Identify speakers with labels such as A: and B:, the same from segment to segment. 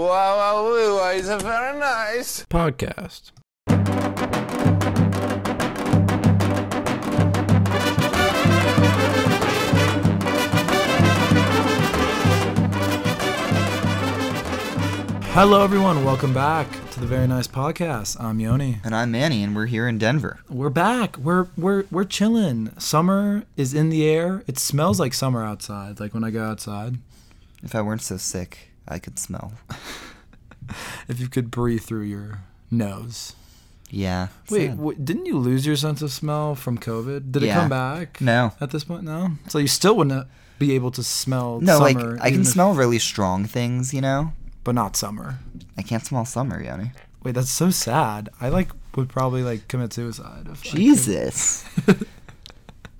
A: Wow, wow, wow, it's very nice.
B: podcast. Hello, everyone. Welcome back to the Very Nice Podcast. I'm Yoni.
C: And I'm Manny, and we're here in Denver.
B: We're back. We're we're we're chilling. Summer is in the air. It smells like summer outside. Like when I go outside,
C: If I weren't so sick, I could smell.
B: if you could breathe through your nose.
C: Yeah.
B: Wait,
C: sad.
B: w- didn't you lose your sense of smell from COVID? Did it
C: Yeah.
B: come back?
C: No.
B: At this point, no. So you still wouldn't be able to smell.
C: No, like
B: summer,
C: I
B: even
C: can
B: if-
C: smell really strong things, you know.
B: but not summer.
C: I can't smell summer, Yoni.
B: Wait, that's so sad. I like would probably like commit suicide. If I could-
C: Jesus.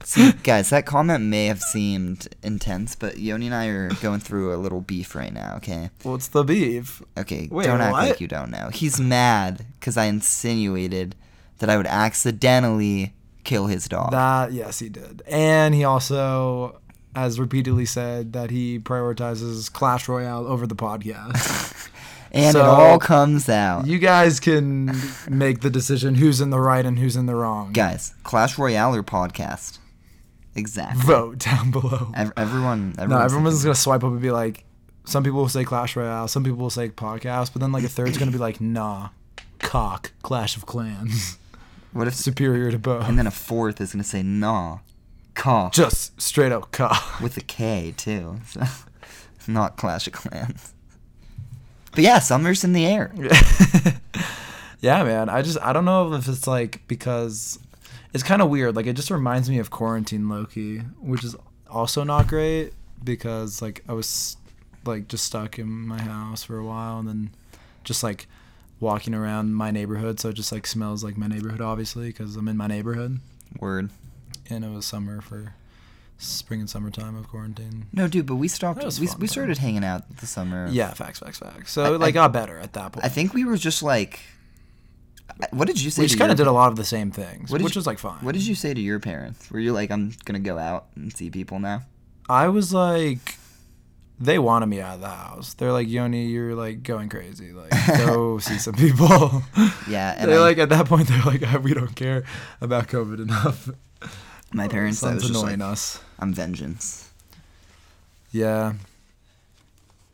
C: See, guys, that comment may have seemed intense, but Yoni and I are going through a little beef right now. Okay.
B: What's the beef?
C: Okay.
B: Wait,
C: don't act
B: what?
C: like you don't know. He's mad because I insinuated that I would accidentally kill his dog.
B: That yes, he did, and he also has repeatedly said that he prioritizes Clash Royale over the podcast.
C: and
B: so-
C: it all comes out.
B: you guys can make the decision who's in the right and who's in the wrong.
C: Guys, Clash Royale or podcast? Exactly.
B: Vote down below.
C: Ev- everyone, everyone.
B: No, everyone's gonna swipe up and be like, some people will say Clash Royale, some people will say podcast, but then like a third's gonna be like, nah, cock, Clash of Clans,
C: What if?
B: superior to both,
C: And then a fourth is gonna say nah, cough
B: just straight out cock.
C: with a K too. So, not Clash of Clans. But yeah, summer's in the air.
B: yeah, man. I just I don't know if it's like because it's kind of weird. Like it just reminds me of quarantine Loki, which is also not great because like I was like just stuck in my house for a while and then just like walking around my neighborhood so it just like smells like my neighborhood obviously because i'm in my neighborhood
C: Word.
B: and it was summer for spring and summertime of quarantine.
C: No, dude, but we stopped.
B: That was
C: We,
B: fun,
C: we
B: though.
C: started hanging out the summer. of-
B: Yeah, facts, facts, facts. So
C: I-
B: it like
C: I-
B: got better at that point.
C: I think we were just like. I- What did you say?
B: we
C: to
B: just kind of
C: your-
B: did a lot of the same things,
C: What did
B: which
C: you-
B: was like fine.
C: What did you say to your parents? Were you like, I'm gonna go out and see people now?
B: I was like, they wanted me out of the house. They're like, Yoni, you're like going crazy. Like, go see some people.
C: Yeah, and
B: they're
C: I-
B: like at that point, they're like, we don't care about COVID enough.
C: My parents. I was
B: Sounds
C: just
B: annoying
C: like,
B: us.
C: I'm vengeance.
B: Yeah.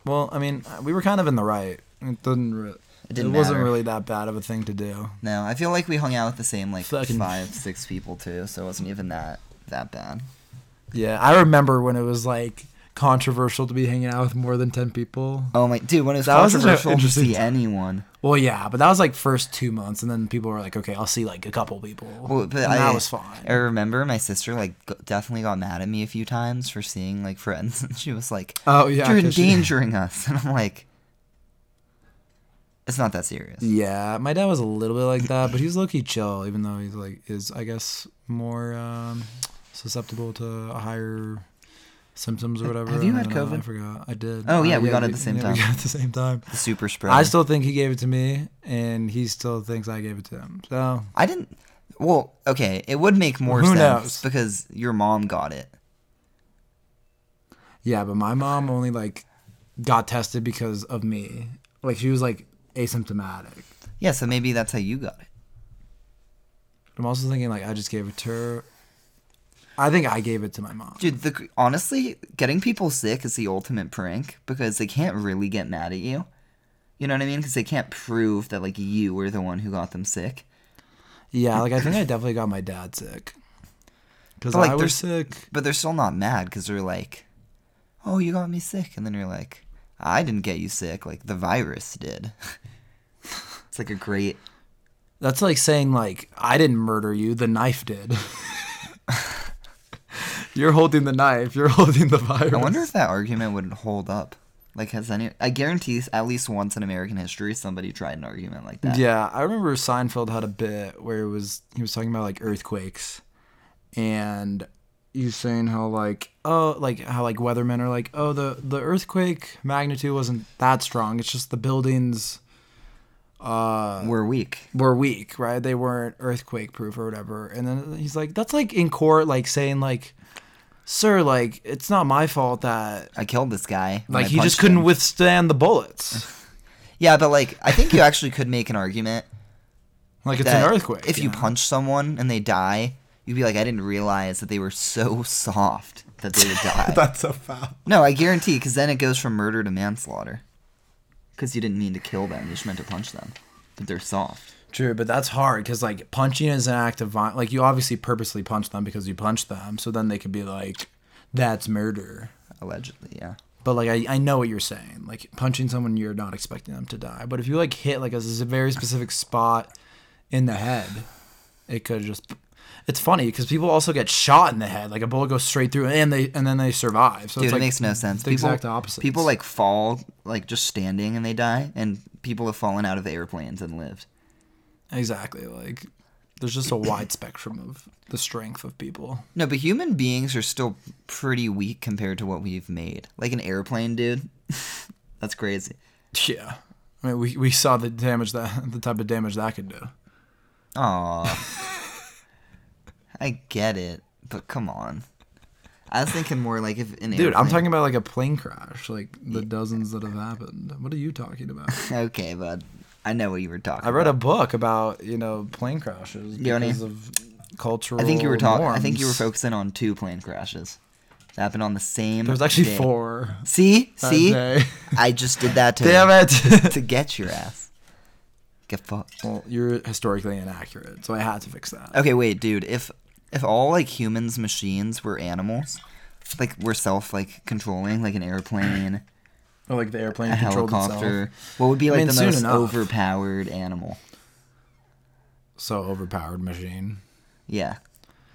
B: Well, I mean, we were kind of in the right. It didn't. Re- it,
C: didn't
B: wasn't
C: matter.
B: really that bad of a thing to do.
C: No, I feel like we hung out with the same like
B: Fucking-
C: five, six people too, so it wasn't even that that bad.
B: Yeah, I remember when it was like controversial to be hanging out with more than ten people.
C: Oh my dude, when it was
B: That was such an
C: controversial to
B: interesting
C: see
B: time.
C: anyone.
B: Well, yeah, but that was like first two months, and then people were like, "Okay, I'll see like a couple people."
C: Well, but
B: and
C: I
B: that was
C: I
B: fine.
C: remember my sister like g- definitely got mad at me a few times for seeing like friends, and she was like,
B: Oh yeah,
C: "You're
B: 'cause she-
C: endangering us," and I'm like, "It's not that serious."
B: Mm. Yeah, my dad was a little bit like that, but he's low key chill, even though he's like is I guess more um, susceptible to higher symptoms or whatever.
C: have you
B: I
C: had
B: don't know, I
C: COVID?
B: forgot. I did. Uh,
C: Oh, yeah, we got it at the same
B: We
C: time.
B: got it at the same time.
C: The super spread.
B: I still think he gave it to me, and he still thinks I gave it to him. So
C: I didn't. Well, okay, it would make more
B: Who
C: sense
B: knows?
C: because your mom got it.
B: Yeah, but my mom only like got tested because of me. Like she was like asymptomatic.
C: Yeah, so maybe that's how you got it.
B: I'm also thinking like I just gave it to her. I think I gave it to my mom.
C: Dude, the, honestly, getting people sick is the ultimate prank because they can't really get mad at you. You know what I mean? Because they can't prove that like you were the one who got them sick.
B: Yeah, like I think I definitely got my dad sick. Cause
C: But, like,
B: I was
C: there's-
B: sick.
C: But they're still not mad because they're like, "Oh, you got me sick," and then you're like, "I didn't get you sick. Like the virus did." it's like a great.
B: That's like saying like I didn't murder you, the knife did. you're holding the knife. You're holding the virus.
C: I wonder if that argument would hold up. Like, has any? I guarantee at least once in American history somebody tried an argument like that.
B: Yeah, I remember Seinfeld had a bit where it was he was talking about like earthquakes, and he was saying how like oh like how like weathermen are like oh the the earthquake magnitude wasn't that strong. It's just the buildings
C: We're weak.
B: were weak, right? They weren't earthquake proof or whatever. And then he's like, that's like in court, like saying like, sir, like it's not my fault that
C: I killed this guy. when
B: like
C: I
B: he just
C: punched
B: couldn't
C: him.
B: withstand the bullets.
C: Yeah, but like I think you actually could make an argument
B: Like it's
C: that
B: an earthquake.
C: if you
B: know?
C: punch someone and they die, you'd be like, I didn't realize that they were so soft that they would die.
B: that's a foul.
C: no, I guarantee, because then it goes from murder to manslaughter. Because you didn't mean to kill them; you just meant to punch them, but they're soft.
B: True, but that's hard because like punching is an act of violence. Like you obviously purposely punch them because you punched them, so then they could be like, "That's murder."
C: Allegedly, yeah.
B: But like I, I know what you're saying. Like punching someone, you're not expecting them to die. But if you like hit like a, s- very specific spot in the head, it could just. It's funny because people also get shot in the head. Like a bullet goes straight through, and they and then they survive. So
C: Dude,
B: it's like
C: it makes no sense.
B: The
C: people,
B: exact opposite.
C: People like fall, like just standing, and they die. And people have fallen out of airplanes and lived.
B: exactly like there's just a wide spectrum of the strength of people.
C: No, but human beings are still pretty weak compared to what we've made. Like an airplane, dude. That's crazy.
B: Yeah. I mean, we, we saw the damage that the type of damage that could do.
C: Aw. I get it, but come on. I was thinking more like if an
B: Dude, I'm
C: airplane-
B: talking about like a plane crash, like the dozens that have happened. What are you talking about?
C: Okay, bud. I know what you were talking.
B: I read a
C: about.
B: book about you know plane crashes
C: Yoni.
B: because of cultural.
C: I think you were talking. I think you were
B: norms.
C: focusing on two plane crashes. That happened on the same.
B: There was actually
C: day.
B: four.
C: See,
B: that
C: see.
B: day.
C: I just did that to
B: Damn
C: to
B: it!
C: get your ass. Get fucked.
B: well, you're historically inaccurate, so I had to fix that.
C: Okay, wait, dude. If if all like humans, machines were animals, like we're self like controlling, like an airplane,
B: Or like the airplane
C: a
B: controlled
C: helicopter,
B: itself.
C: what would be like
B: mean,
C: the
B: soon
C: most
B: enough.
C: overpowered animal?
B: So overpowered machine.
C: Yeah,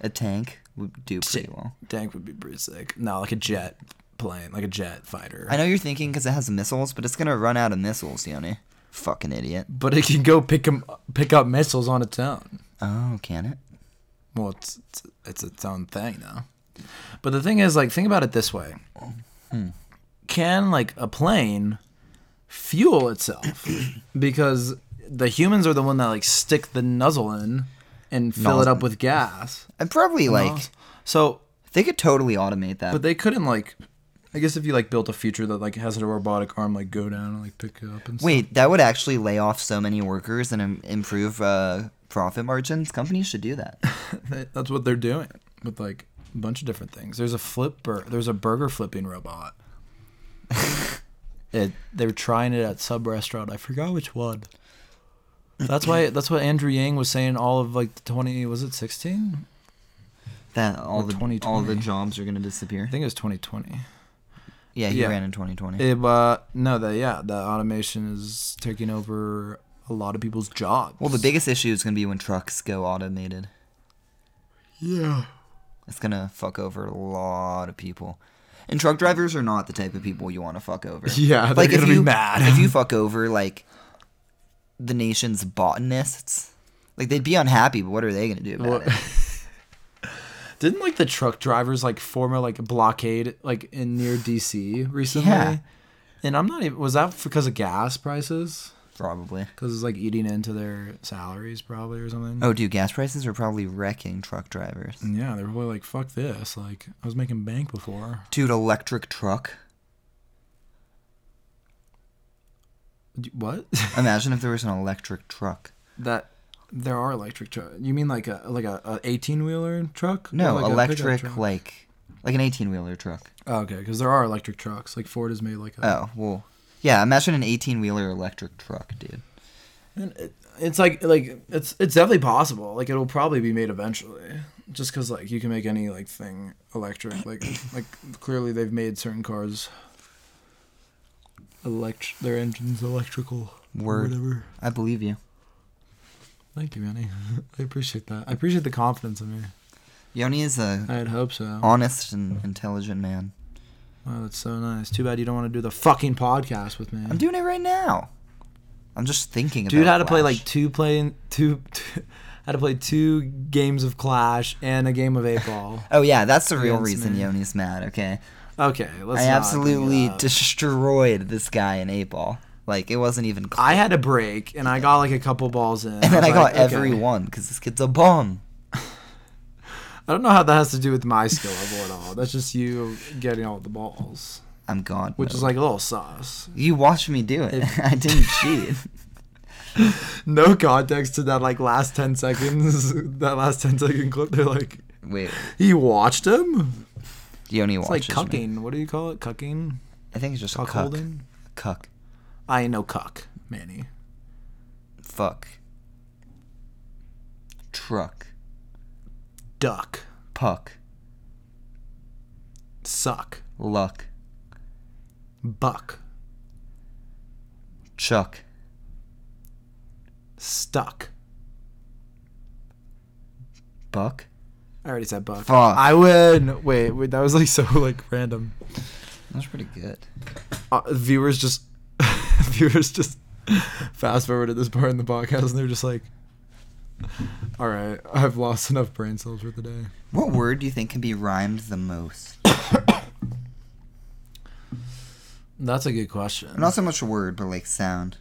C: a tank would do pretty well.
B: Tank would be pretty sick. No, like a jet plane, like a jet fighter.
C: I know you're thinking because it has missiles, but it's gonna run out of missiles, Yoni. Fucking idiot.
B: but it can go pick 'em- pick up missiles on its own.
C: Oh, can it?
B: Well, it's it's, it's its own thing now. But the thing is, like, think about it this way: Can like a plane fuel itself? because the humans are the one that like stick the nozzle in and fill it
C: Nozzle.
B: up with gas.
C: And probably like
B: So,
C: they could totally automate that.
B: but they couldn't like. I guess if you like built a future that like has a robotic arm like go down and like pick it up and stuff.
C: Wait, that would actually lay off so many workers and im- improve uh, profit margins. Companies should do that.
B: That- That's what they're doing with like a bunch of different things. There's a flipper. There's a burger flipping robot. it, they were trying it at sub restaurant. I forgot which one. That's why. That's what Andrew Yang was saying. All of like the twenty was it sixteen?
C: That all the
B: 2020.
C: all the jobs are gonna disappear.
B: I think it was twenty twenty.
C: Yeah, he
B: Yeah.
C: ran in 2020.
B: It uh, no, that yeah, the automation is taking over a lot of people's jobs.
C: well, the biggest issue is gonna be when trucks go automated.
B: yeah.
C: It's gonna fuck over a lot of people. And truck drivers are not the type of people you want to fuck over.
B: Yeah, they're
C: if
B: gonna be
C: you-
B: mad.
C: if you fuck over like the nation's botanists, like they'd be unhappy. But what are they gonna do about
B: Well,
C: it?
B: Didn't like the truck drivers like form a like blockade like in near DC recently?
C: Yeah.
B: And I'm not even was that because of gas prices?
C: Probably.
B: Because it's like eating into their salaries probably or something.
C: Oh, dude, gas prices are probably wrecking truck drivers.
B: Yeah, they're probably like fuck this. Like I was making bank before.
C: Dude, electric truck.
B: D- What?
C: Imagine if there was an electric truck.
B: that there are electric trucks. You mean like a like a 18 wheeler truck? Or,
C: No,
B: like, a pickup
C: electric
B: truck?
C: like like an eighteen wheeler truck.
B: Oh, okay, because there are electric trucks. Like Ford has made like a.
C: Oh well, yeah. Imagine an eighteen wheeler electric truck, dude.
B: And it, it's like like it's it's definitely possible. Like it'll probably be made eventually. Just because like you can make any like thing electric. Like like clearly they've made certain cars. Elect their engines electrical. or
C: Word.
B: Whatever.
C: I believe you.
B: Thank you, Manny. I appreciate that. I appreciate the confidence in me.
C: Yoni is a
B: I had hope so.
C: Oh. honest and intelligent man.
B: Wow, that's so nice. Too bad you don't want to do the fucking podcast with me.
C: I'm doing it right now. I'm just thinking.
B: Dude
C: about
B: had to play
C: Flash.
B: like two playing two, two had to play two games of Clash and a game of eight ball.
C: Oh yeah, that's the real
B: Against
C: reason
B: me.
C: Yoni's mad. Okay,
B: Okay, let's.
C: I
B: not bring it
C: absolutely
B: up.
C: destroyed this guy in eight ball. Like it wasn't even. Close.
B: I had a break and I got like a couple balls in.
C: and then I,
B: was
C: got
B: like, okay.
C: every one because this kid's a bum.
B: I don't know how that has to do with my skill level at all. That's just you getting all the balls.
C: I'm God.
B: which
C: mode.
B: is like a little sauce.
C: you watched me do it. I didn't cheat.
B: No context to that like last ten seconds. that last ten second clip. They're like,
C: Wait,
B: he watched him.
C: you only
B: It's
C: watched.
B: like cucking. What do you call it? Cucking.
C: I think it's just a cuck.
B: Cuckolding.
C: Cuck.
B: I ain't no cuck, Manny.
C: Fuck. Truck.
B: Duck.
C: Puck.
B: Suck.
C: Luck.
B: Buck.
C: Chuck.
B: Stuck.
C: Buck.
B: I already said buck.
C: Fuck.
B: I win. Wait, wait, that was like so like random.
C: That was pretty good.
B: Uh, viewers just viewers just fast forward to this part in the podcast and they're just like all right, I've lost enough brain cells for the day.
C: What word do you think can be rhymed the most?
B: That's a good question.
C: Not so much word, but like sound.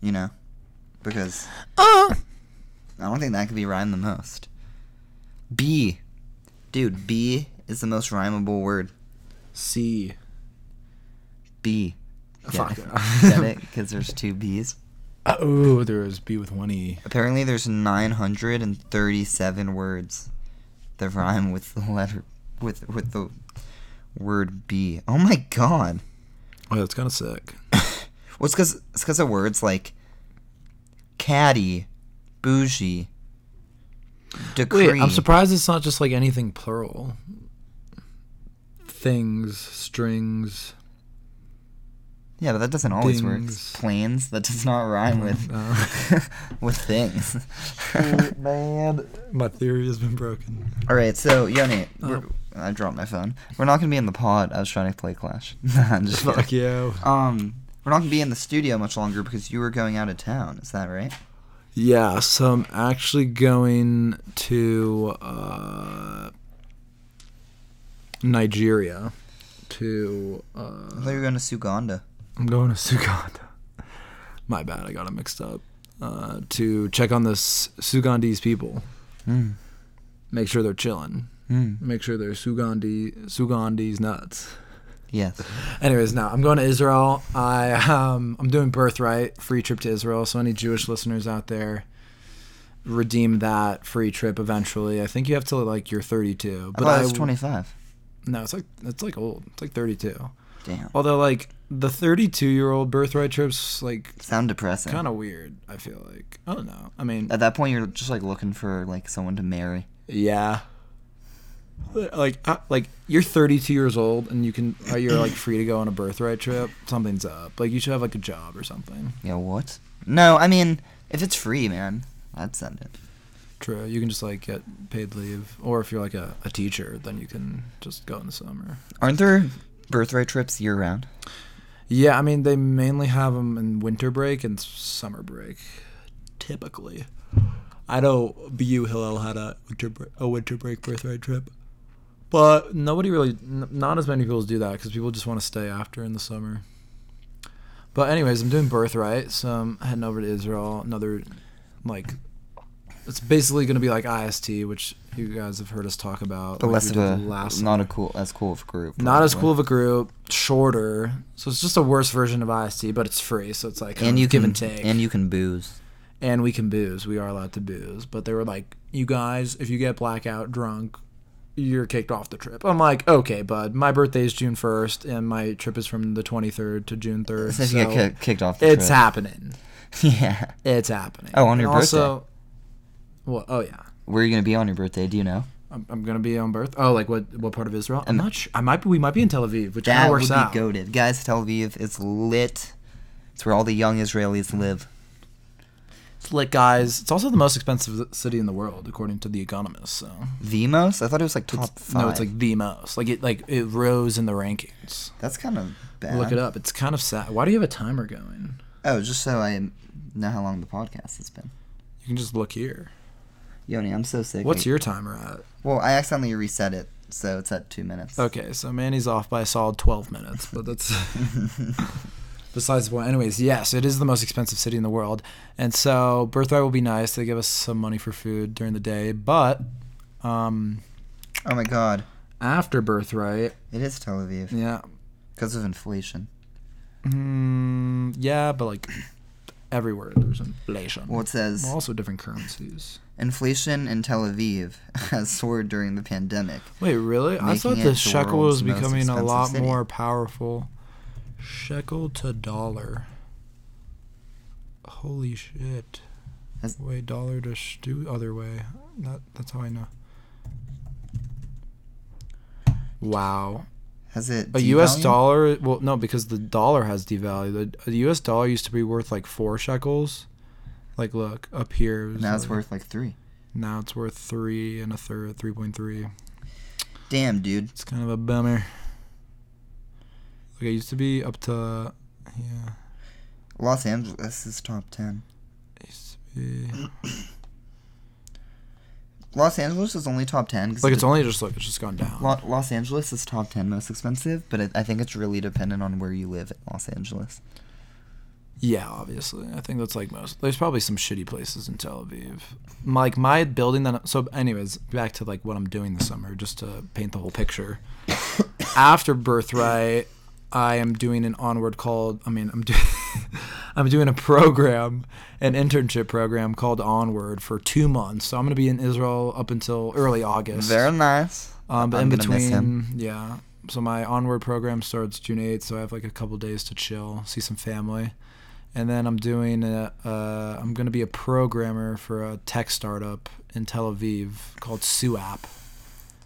C: You know? Because
B: Uh.
C: I don't think that could be rhymed the most. B. Dude, B is the most rhymable word.
B: C.
C: B.
B: Fuck.
C: Get it? Because there's two B's.
B: Oh, there is B with one E.
C: Apparently, there's 937 words that rhyme with the letter with with the word B. Oh my god!
B: Oh, that's kind of sick.
C: Well, it's because it's because of words like caddy, bougie, decree.
B: Wait, I'm surprised it's not just like anything plural. Things, strings.
C: Yeah, but that doesn't always
B: Things.
C: work. Planes that does not rhyme with
B: Oh,
C: with things.
B: Man, my theory has been broken.
C: All right, so Yoni, we're
B: Oh.
C: I dropped my phone. We're not gonna be in the pod. I was trying to play Clash. I'm just kidding.
B: Fuck you.
C: Um, we're not gonna be in the studio much longer because you were going out of town. Is that right?
B: Yeah, so I'm actually going to uh, Nigeria. To uh,
C: I thought you were going to Suganda.
B: I'm going to Suganda. My bad, I got it mixed up. Uh, to check on the S- Sugandese people, Hmm,
C: Mm.
B: make sure they're chilling, make sure they're Sugandi Sugandese nuts.
C: Yes.
B: Anyways, no, I'm going to Israel. I um, I'm doing birthright free trip to Israel. So any Jewish listeners out there, redeem that free trip eventually. I think you have to like you're 32,
C: But
B: but
C: I was
B: I-
C: 25.
B: no, it's like it's like old. It's like 32.
C: Damn.
B: Although like the 32 year old birthright trips like
C: Sound depressing.
B: kind of weird. I feel like I don't know. I mean,
C: At that point, you're just like looking for like someone to marry.
B: yeah. Like, uh, like you're 32 years old and you can uh, you're like free to go on a birthright trip. Something's up. Like you should have like a job or something.
C: Yeah. What? No. I mean, if it's free, man, I'd send it.
B: True. You can just like get paid leave, or if you're like a, a teacher, then you can just go in the summer.
C: Aren't there birthright trips year round?
B: Yeah, I mean they mainly have them in winter break and s- summer break, typically. I know BU Hillel had a winter break, a winter break birthright trip, but nobody really, n- not as many people do that because people just want to stay after in the summer. But anyways, I'm doing birthright, so I'm heading over to Israel. Another, like, it's basically going to be like IST, which you guys have heard us talk about.
C: But
B: like
C: less
B: we
C: of
B: did
C: a
B: last
C: not a cool as cool of a group.
B: not as
C: probably.
B: cool of a group, shorter. So it's just a worse version of IST, but it's free, so it's like
C: And you
B: give
C: can
B: and take.
C: And you can booze.
B: And we can booze. We are allowed to booze. But they were like, you guys, if you get blackout drunk, you're kicked off the trip. I'm like, okay, bud. My birthday is June 1st, and my trip is from the 23rd to June 3rd.
C: So if you
B: so
C: get kick- kicked off the
B: it's
C: trip.
B: happening.
C: yeah.
B: It's happening.
C: Oh, on your
B: And
C: birthday.
B: Also, well, oh yeah.
C: Where are you gonna be on your birthday? Do you know?
B: I'm, I'm gonna be on birth. Oh, like what? What part of Israel? I'm not sure. I might. Be, we might be in Tel Aviv, which kind
C: That
B: of
C: would
B: works
C: be
B: out.
C: goaded. Guys, Tel Aviv is lit. It's where all the young Israelis live.
B: It's lit, guys. It's also the most expensive city in the world, according to The Economist. So
C: The most? I thought it was like top five.
B: no, it's like the most. Like it, like it rose in the rankings.
C: that's kind of bad.
B: Look it up. It's kind of sad. Why do you have a timer going?
C: Oh, just so I know how long the podcast has been.
B: You can just look here.
C: Yoni, I'm so sick.
B: What's
C: Wait.
B: your timer at?
C: Well, I accidentally reset it, so it's at two minutes.
B: Okay, so Manny's off by a solid twelve minutes, but that's besides the point. Anyways, yes, it is the most expensive city in the world, and so Birthright will be nice. They give us some money for food during the day, but um,
C: Oh my God,
B: after Birthright,
C: it is Tel Aviv.
B: yeah,
C: because of inflation.
B: Mm, yeah, but like everywhere there's inflation.
C: Well, it says
B: also different currencies.
C: inflation in Tel Aviv has soared during the pandemic.
B: Wait, really? I
C: Making
B: thought
C: it
B: the
C: the
B: shekel was
C: world's most
B: becoming a
C: expensive
B: lot
C: city.
B: more powerful. Shekel to dollar. Holy shit.
C: Has-
B: Wait, dollar to sh- do other way. That, that's how I know. Wow.
C: Has it?
B: A US
C: devalued?
B: dollar, well, no, because the dollar has devalued. The, the US dollar used to be worth like four shekels. Like, look, up here. it was,
C: Now it's
B: like-
C: worth like three.
B: Now it's worth three and a third, 3.3.
C: Damn, dude.
B: It's kind of a bummer. Like it used to be up to, yeah,
C: Los Angeles is top ten.
B: it used to be
C: Los Angeles is only top ten. 'cause
B: like
C: it
B: it's only just like it's just gone down.
C: Lo- Los Angeles is top 10 most expensive, but it, I think it's really dependent on where you live in Los Angeles.
B: Yeah, obviously. I think that's like most. There's probably some shitty places in Tel Aviv. My- Like my building that. So, anyways, back to like what I'm doing this summer, just to paint the whole picture. After Birthright, I am doing an onward called. I mean, I'm doing. I'm doing a program, an internship program called Onward for two months. So I'm going to be in Israel up until early August.
C: Very nice.
B: Um, but
C: I'm
B: in
C: gonna miss him.
B: between, yeah. So my onward program starts June 8th, so I have like a couple days to chill, see some family, and then I'm doing a, uh, I'm gonna be a programmer for a tech startup in Tel Aviv called Suap,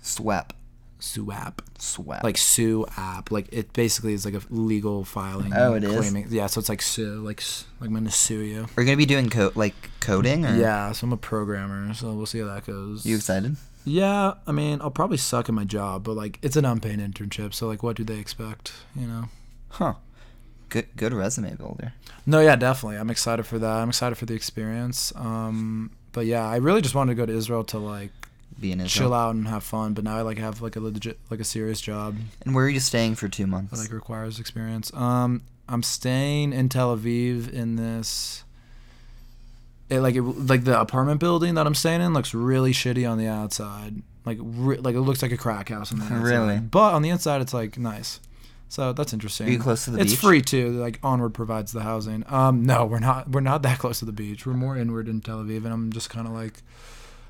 C: Swap.
B: Suap,
C: Swap.
B: like Suap, like it basically is like a legal filing.
C: Oh, it is?
B: Yeah, so it's like sue, like s- like I'm gonna sue you.
C: Are you going to be doing co- like coding? Or?
B: Yeah, so I'm a programmer, so we'll see how that goes.
C: Hmm. You excited?
B: Yeah, I mean, I'll probably suck at my job, but like it's an unpaid internship, so like what do they expect, you know?
C: Huh. Good, good resume builder.
B: No, yeah, definitely. I'm excited for that. I'm excited for the experience. Um but yeah, I really just wanted to go to Israel to like
C: Be in Israel.
B: chill out and have fun, but now I like have like a legit like a serious job
C: And where are you staying for two
B: that
C: months?
B: like requires experience. Um I'm staying in Tel Aviv in this it like it like the apartment building that I'm staying in looks really shitty on the outside. Like re- like it looks like a crack house on the outside.
C: Really?
B: But on the inside it's like nice. So that's interesting.
C: Are you close to the
B: it's
C: beach?
B: free too. Like Onward provides the housing. Um no, we're not we're not that close to the beach. We're more inward in Tel Aviv and I'm just kind of like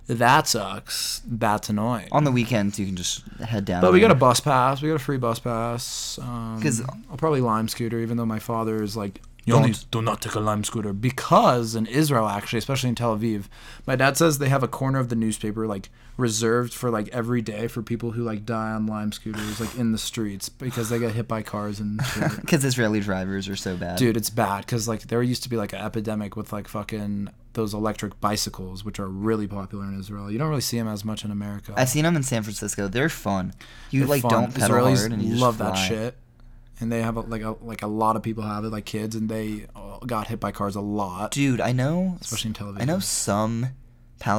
B: that sucks. That's annoying.
C: On the weekends, you can just head down.
B: But we
C: there.
B: got a bus pass. We got a free bus pass. Um,
C: Um, 'Cause-
B: I'll probably lime scooter, even though my father is like, you only do not take a lime scooter because in Israel, actually, especially in Tel Aviv, my dad says they have a corner of the newspaper like reserved for like every day for people who like die on lime scooters like in the streets because they get hit by cars and shit.
C: Because Israeli drivers are so bad.
B: Dude, it's bad because like there used to be like an epidemic with like fucking those electric bicycles, which are really popular in Israel. You don't really see them as much in America.
C: I've seen them in San Francisco. They're fun. You
B: They're
C: like
B: fun.
C: don't pedal
B: Israelis
C: hard and you just
B: love that
C: fly.
B: shit, and they have a, like a like a lot of people have it, like kids, and they uh, got hit by cars a lot,
C: Dude, I know.
B: especially in Tel Aviv.
C: I know some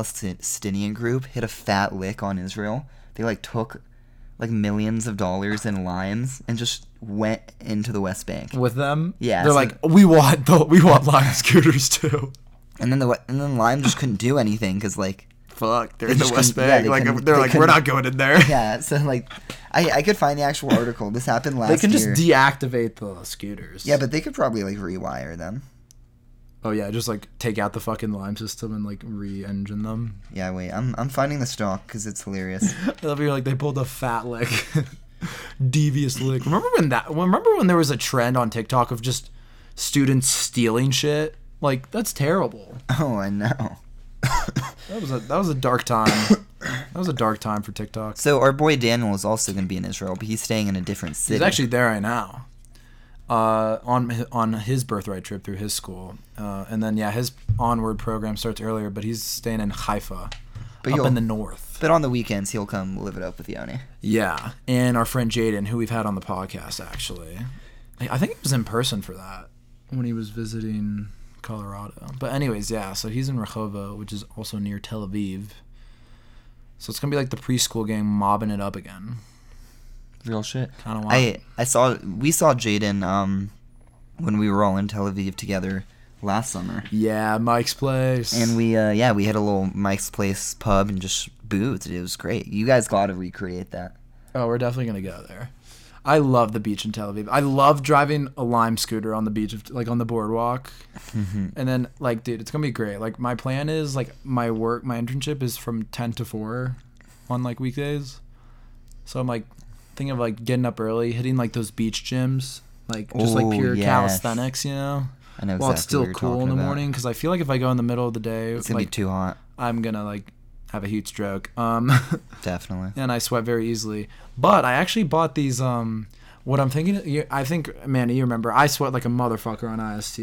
C: Palestinian group hit a fat lick on Israel. They like took like millions of dollars in limes and just went into the West Bank.
B: with them.
C: Yeah,
B: they're
C: so-
B: like we want the, we want lime scooters too.
C: And then the we- and then lime just couldn't do anything because like
B: Fuck, they're
C: They
B: in the
C: just
B: West
C: couldn't- yeah,
B: Bank.
C: they
B: like
C: couldn't-
B: they're
C: they
B: like we're
C: couldn't-
B: not going in there.
C: yeah. So like I I could find the actual article. This happened last.
B: They can just
C: year.
B: deactivate the scooters.
C: yeah, but they could probably like rewire them.
B: oh yeah, just like take out the fucking lime system and like re-engine them.
C: Yeah, wait. I'm I'm finding the stock because it's hilarious.
B: They'll be like they pulled a fat lick, devious lick. Remember when that? Remember when there was a trend on TikTok of just students stealing shit? Like that's terrible.
C: oh, I know.
B: That was a that was a dark time. that was a dark time for TikTok.
C: So our boy Daniel is also gonna be in Israel, but he's staying in a different city.
B: He's actually there right now, uh, on hi- on his birthright trip through his school, uh, and then yeah, his onward program starts earlier, but he's staying in Haifa,
C: But
B: up
C: you'll-
B: in the north.
C: but on the weekends he'll come live it up with Yoni.
B: Yeah, and our friend Jaden, who we've had on the podcast actually, I I think he was in person for that when he was visiting Colorado. But anyways, yeah, so he's in Rehovot, which is also near Tel Aviv. So it's gonna be like the preschool gang mobbing it up again.
C: Real shit.
B: Kind of want.
C: I I saw we saw Jaden um when we were all in Tel Aviv together last summer,
B: Yeah, Mike's place.
C: and we uh yeah we had a little Mike's Place pub and just booze. It was great. You guys got to recreate that.
B: oh, we're definitely gonna go there. I love the beach in Tel Aviv. I love driving a lime scooter on the beach, of, like on the boardwalk. And then, like, dude, it's gonna be great. Like, my plan is like my work, my internship is from ten to four, on like weekdays. So I'm like thinking of like getting up early, hitting like those beach gyms, like just
C: Ooh,
B: like pure
C: yes.
B: calisthenics, you know.
C: I know.
B: While
C: exactly
B: it's still
C: what you're
B: cool
C: talking
B: in the
C: about.
B: morning, because I feel like if I go in the middle of the day,
C: It's gonna
B: like
C: be too hot.
B: I'm gonna like have a heat stroke. Um,
C: Definitely.
B: and I sweat very easily. But I actually bought these. Um, what I'm thinking, you- I think, Amanda, you remember, I sweat like a motherfucker on IST.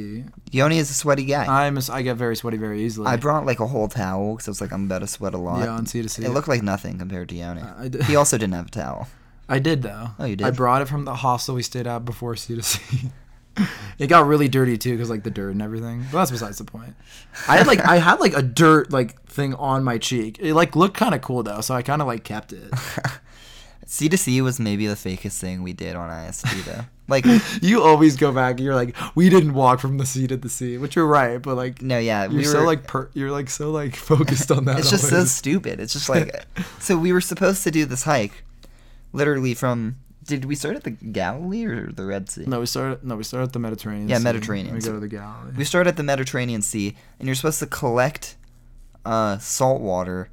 C: Yoni is a sweaty guy.
B: I'm, a s- I get very sweaty very easily.
C: I brought like a whole towel because I was like, I'm about to sweat a lot.
B: yeah, Uh, on C to C.
C: It looked like nothing compared to Yoni.
B: I did.
C: He also didn't have a towel.
B: I did though.
C: Oh, you did?
B: I brought it from the hostel we stayed at before C to C. It got really dirty too, cause like the dirt and everything. But that's besides the point. I had like I had like a dirt like thing on my cheek. It like looked kind of cool though, so I kind of like kept it.
C: C to C was maybe the fakest thing we did on ISD though. like,
B: you always go back and you're like, we didn't walk from the sea to the sea, which you're right, but like
C: no, yeah,
B: you're
C: we
B: so
C: were.
B: like per- you're like so like focused on that.
C: it's just so
B: always.
C: stupid. It's just like, so we were supposed to do this hike, literally from. Did we start at the Galilee or the Red Sea?
B: No, we started. No, we started at the Mediterranean.
C: Yeah,
B: Sea.
C: Mediterranean
B: We
C: Sea.
B: go to the Galilee.
C: We start at the Mediterranean Sea, and you're supposed to collect uh, salt water,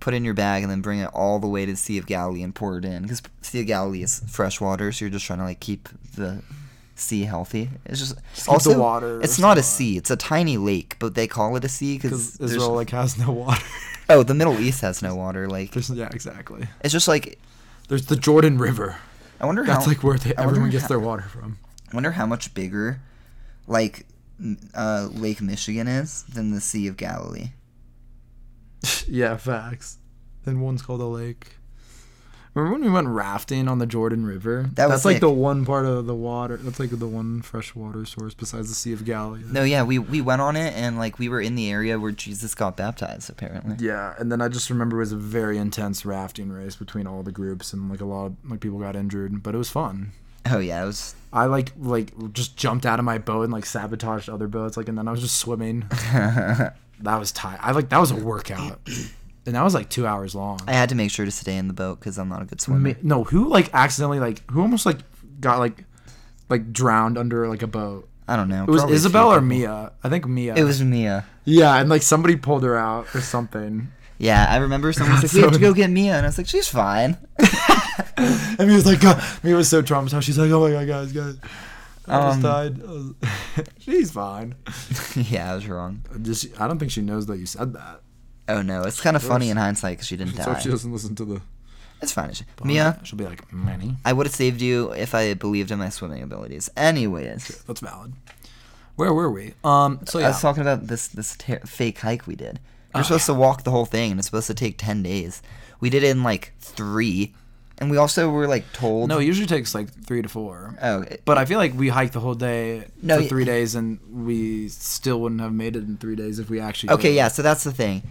C: put it in your bag, and then bring it all the way to the Sea of Galilee and pour it in. Because Sea of Galilee is fresh water, so you're just trying to like keep the sea healthy. It's just,
B: keep the
C: also
B: water
C: It's not a
B: supplied.
C: sea; it's a tiny lake, but they call it a sea because
B: Because Israel like has no water.
C: oh, the Middle East has no water. Like
B: There's, yeah, exactly.
C: it's just like
B: There's the Jordan River.
C: I wonder
B: That's
C: how
B: like where they,
C: I wonder
B: everyone gets
C: how-
B: their water from.
C: I wonder how much bigger, like m- uh, Lake Michigan is than the Sea of Galilee.
B: yeah, facts. Then one's called a lake. Remember when we went rafting on the Jordan River?
C: That was
B: That's like
C: sick.
B: the one part of the water. That's like the one fresh water source besides the Sea of Galilee.
C: No, yeah, we we went on it and like we were in the area where Jesus got baptized apparently.
B: Yeah, and then I just remember it was a very intense rafting race between all the groups, and like a lot of like people got injured, but it was fun.
C: Oh yeah, it was
B: I like like just jumped out of my boat and like sabotaged other boats, like, and then I was just swimming.
C: I
B: That was tight. I like that was a workout, and that was like two hours long.
C: had to make sure to stay in the boat cuz I'm not a good swimmer.
B: Ma- no, who like accidentally like who almost like got like like drowned under like a boat.
C: I don't know.
B: It was
C: probably a few
B: Isabel or
C: people.
B: Mia. I think Mia.
C: It was Mia.
B: yeah, and like somebody pulled her out or something.
C: Yeah, I remember someone was like, "We
B: So-
C: have to go get Mia," and I was like, "She's fine."
B: And Mia was like, God. Mia was so traumatized. She's like, oh my god, guys, guys. I
C: Um,
B: just died. I was- She's fine.
C: yeah, I was wrong.
B: I Just, I don't think she knows that you said that.
C: Oh no, it's kind of funny in hindsight because she didn't
B: So
C: die.
B: if she doesn't listen to the
C: It's fine. She- Mia,
B: she'll be like, Manny,
C: I would have saved you if I believed in my swimming abilities. Anyways,
B: that's valid. Where were we? Um. So
C: I
B: yeah, Oh,
C: was talking about this this ter- fake hike we did. You're supposed to walk the whole thing, and it's supposed to take ten days. We did it in like three, and we also were like told.
B: no, it usually takes like three to four.
C: oh, it-
B: But I feel like we hiked the whole day
C: No,
B: for
C: y-
B: three days, and we still wouldn't have made it in three days if we actually.
C: okay,
B: did.
C: yeah. So that's the thing.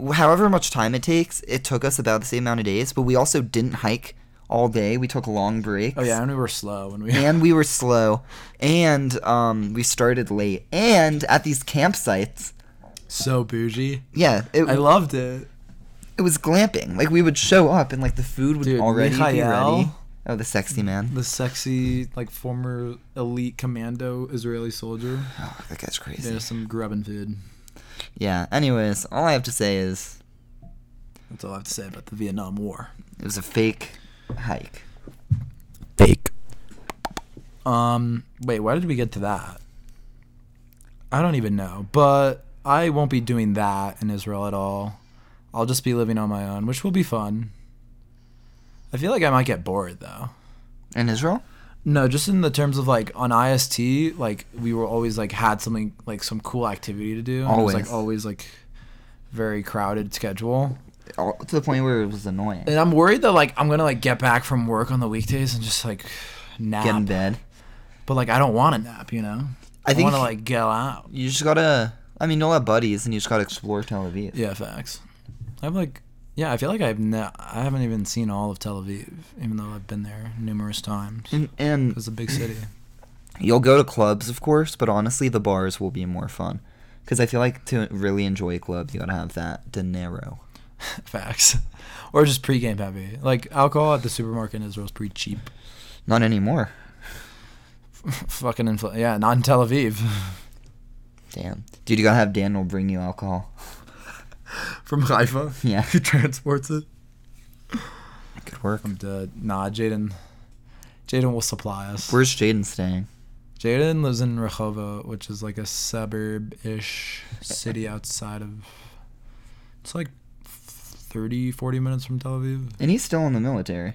C: Wh- However much time it takes, it took us about the same amount of days. But we also didn't hike all day. We took long breaks.
B: Oh yeah, and we were slow, and we.
C: And we were slow, and um, we started late, and at these campsites.
B: so bougie.
C: Yeah, it,
B: I loved it.
C: it was glamping. Like we would show up, and like the food would
B: Dude,
C: already be
B: Mikhail.
C: ready. Oh, the sexy man.
B: The sexy, like former elite commando Israeli soldier.
C: Oh, that guy's crazy.
B: Yeah, some grubbing food.
C: Yeah. Anyways, all I have to say is
B: That's all I have to say about the Vietnam War.
C: it was a fake hike.
B: Fake. Um. Wait, why did we get to that? I don't even know, but I won't be doing that in Israel at all. I'll just be living on my own, which will be fun. I feel like I might get bored though.
C: In Israel?
B: No, just in the terms of like on IST, like we were always like had something like some cool activity to do. and It was
C: Always.
B: like always like very crowded schedule.
C: All, to the point where it was annoying.
B: And I'm worried that like I'm gonna like get back from work on the weekdays and just like nap.
C: Get in bed.
B: But like I don't want to nap, you know.
C: I
B: I,
C: think-
B: want to like go out.
C: You just gotta. I mean, you'll have buddies, and you just gotta explore Tel Aviv.
B: Yeah, facts. I've like, yeah, I feel like I've ne- I haven't even seen all of Tel Aviv, even though I've been there numerous times.
C: And, and
B: It's a big city.
C: you'll go to clubs, of course, but honestly, the bars will be more fun. Because I feel like to really enjoy a club, you gotta have that dinero.
B: facts, or just pregame heavy. Like alcohol at the supermarket in Israel is pretty cheap.
C: Not anymore.
B: Fucking infl- yeah, not in Tel Aviv.
C: Damn. Dude, you gotta have Daniel bring you alcohol.
B: From Haifa.
C: Yeah.
B: He transports it.
C: Good work.
B: I'm dead. Nah, Jaden. Jaden will supply us.
C: Where's Jaden staying?
B: Jaden lives in Rehovot, which is like a suburb-ish city outside of. It's like 30, 40 minutes from Tel Aviv.
C: And he's still in the military.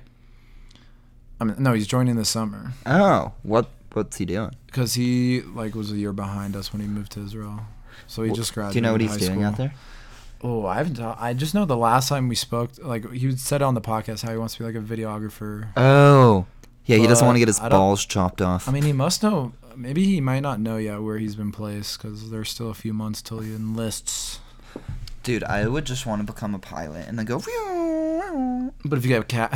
B: I mean, no, he's joining this summer
C: Oh, what? What's he doing?
B: because he like was a year behind us when he moved to Israel. So he
C: Wh-
B: just graduated.
C: Do you know what he's
B: high
C: doing
B: school.
C: out there?
B: Oh, I haven't. Talk- I just know the last time we spoke, like he said on the podcast how he wants to be like a videographer.
C: Oh, yeah. he doesn't
B: But
C: want to get his
B: I don't-
C: balls chopped off.
B: I mean, he must know. Maybe he might not know yet where he's been placed because there's still a few months till he enlists.
C: Dude, I would just want to become a pilot and then go.
B: But if you get a cat,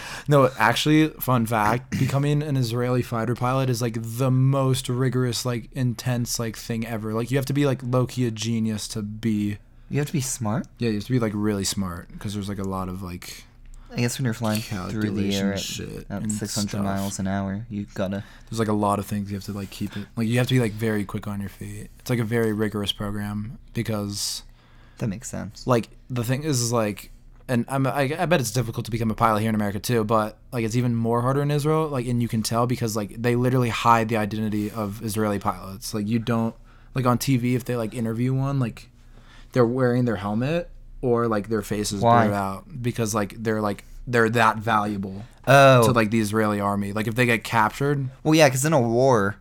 B: no. Actually, fun fact: becoming an Israeli fighter pilot is like the most rigorous, like intense, like thing ever. Like you have to be like low key a genius to be.
C: You have to be smart.
B: Yeah, you have to be like really smart because there's like a lot of like
C: I guess when you're flying through the
B: Calculation
C: air at,
B: shit
C: at
B: and
C: 600
B: stuff.
C: miles an hour, you gotta.
B: there's like a lot of things you have to like keep it. Like you have to be like very quick on your feet. It's like a very rigorous program because
C: That makes sense.
B: like the thing is, is like and I'm, I, I bet it's difficult to become a pilot here in america too but like it's even more harder in israel like and you can tell because like they literally hide the identity of israeli pilots like you don't like on tv if they like interview one like they're wearing their helmet or like their faces
C: Why?
B: blurred out because like they're like they're that valuable
C: Oh,
B: to like the israeli army like if they get captured
C: well, yeah, because in a war,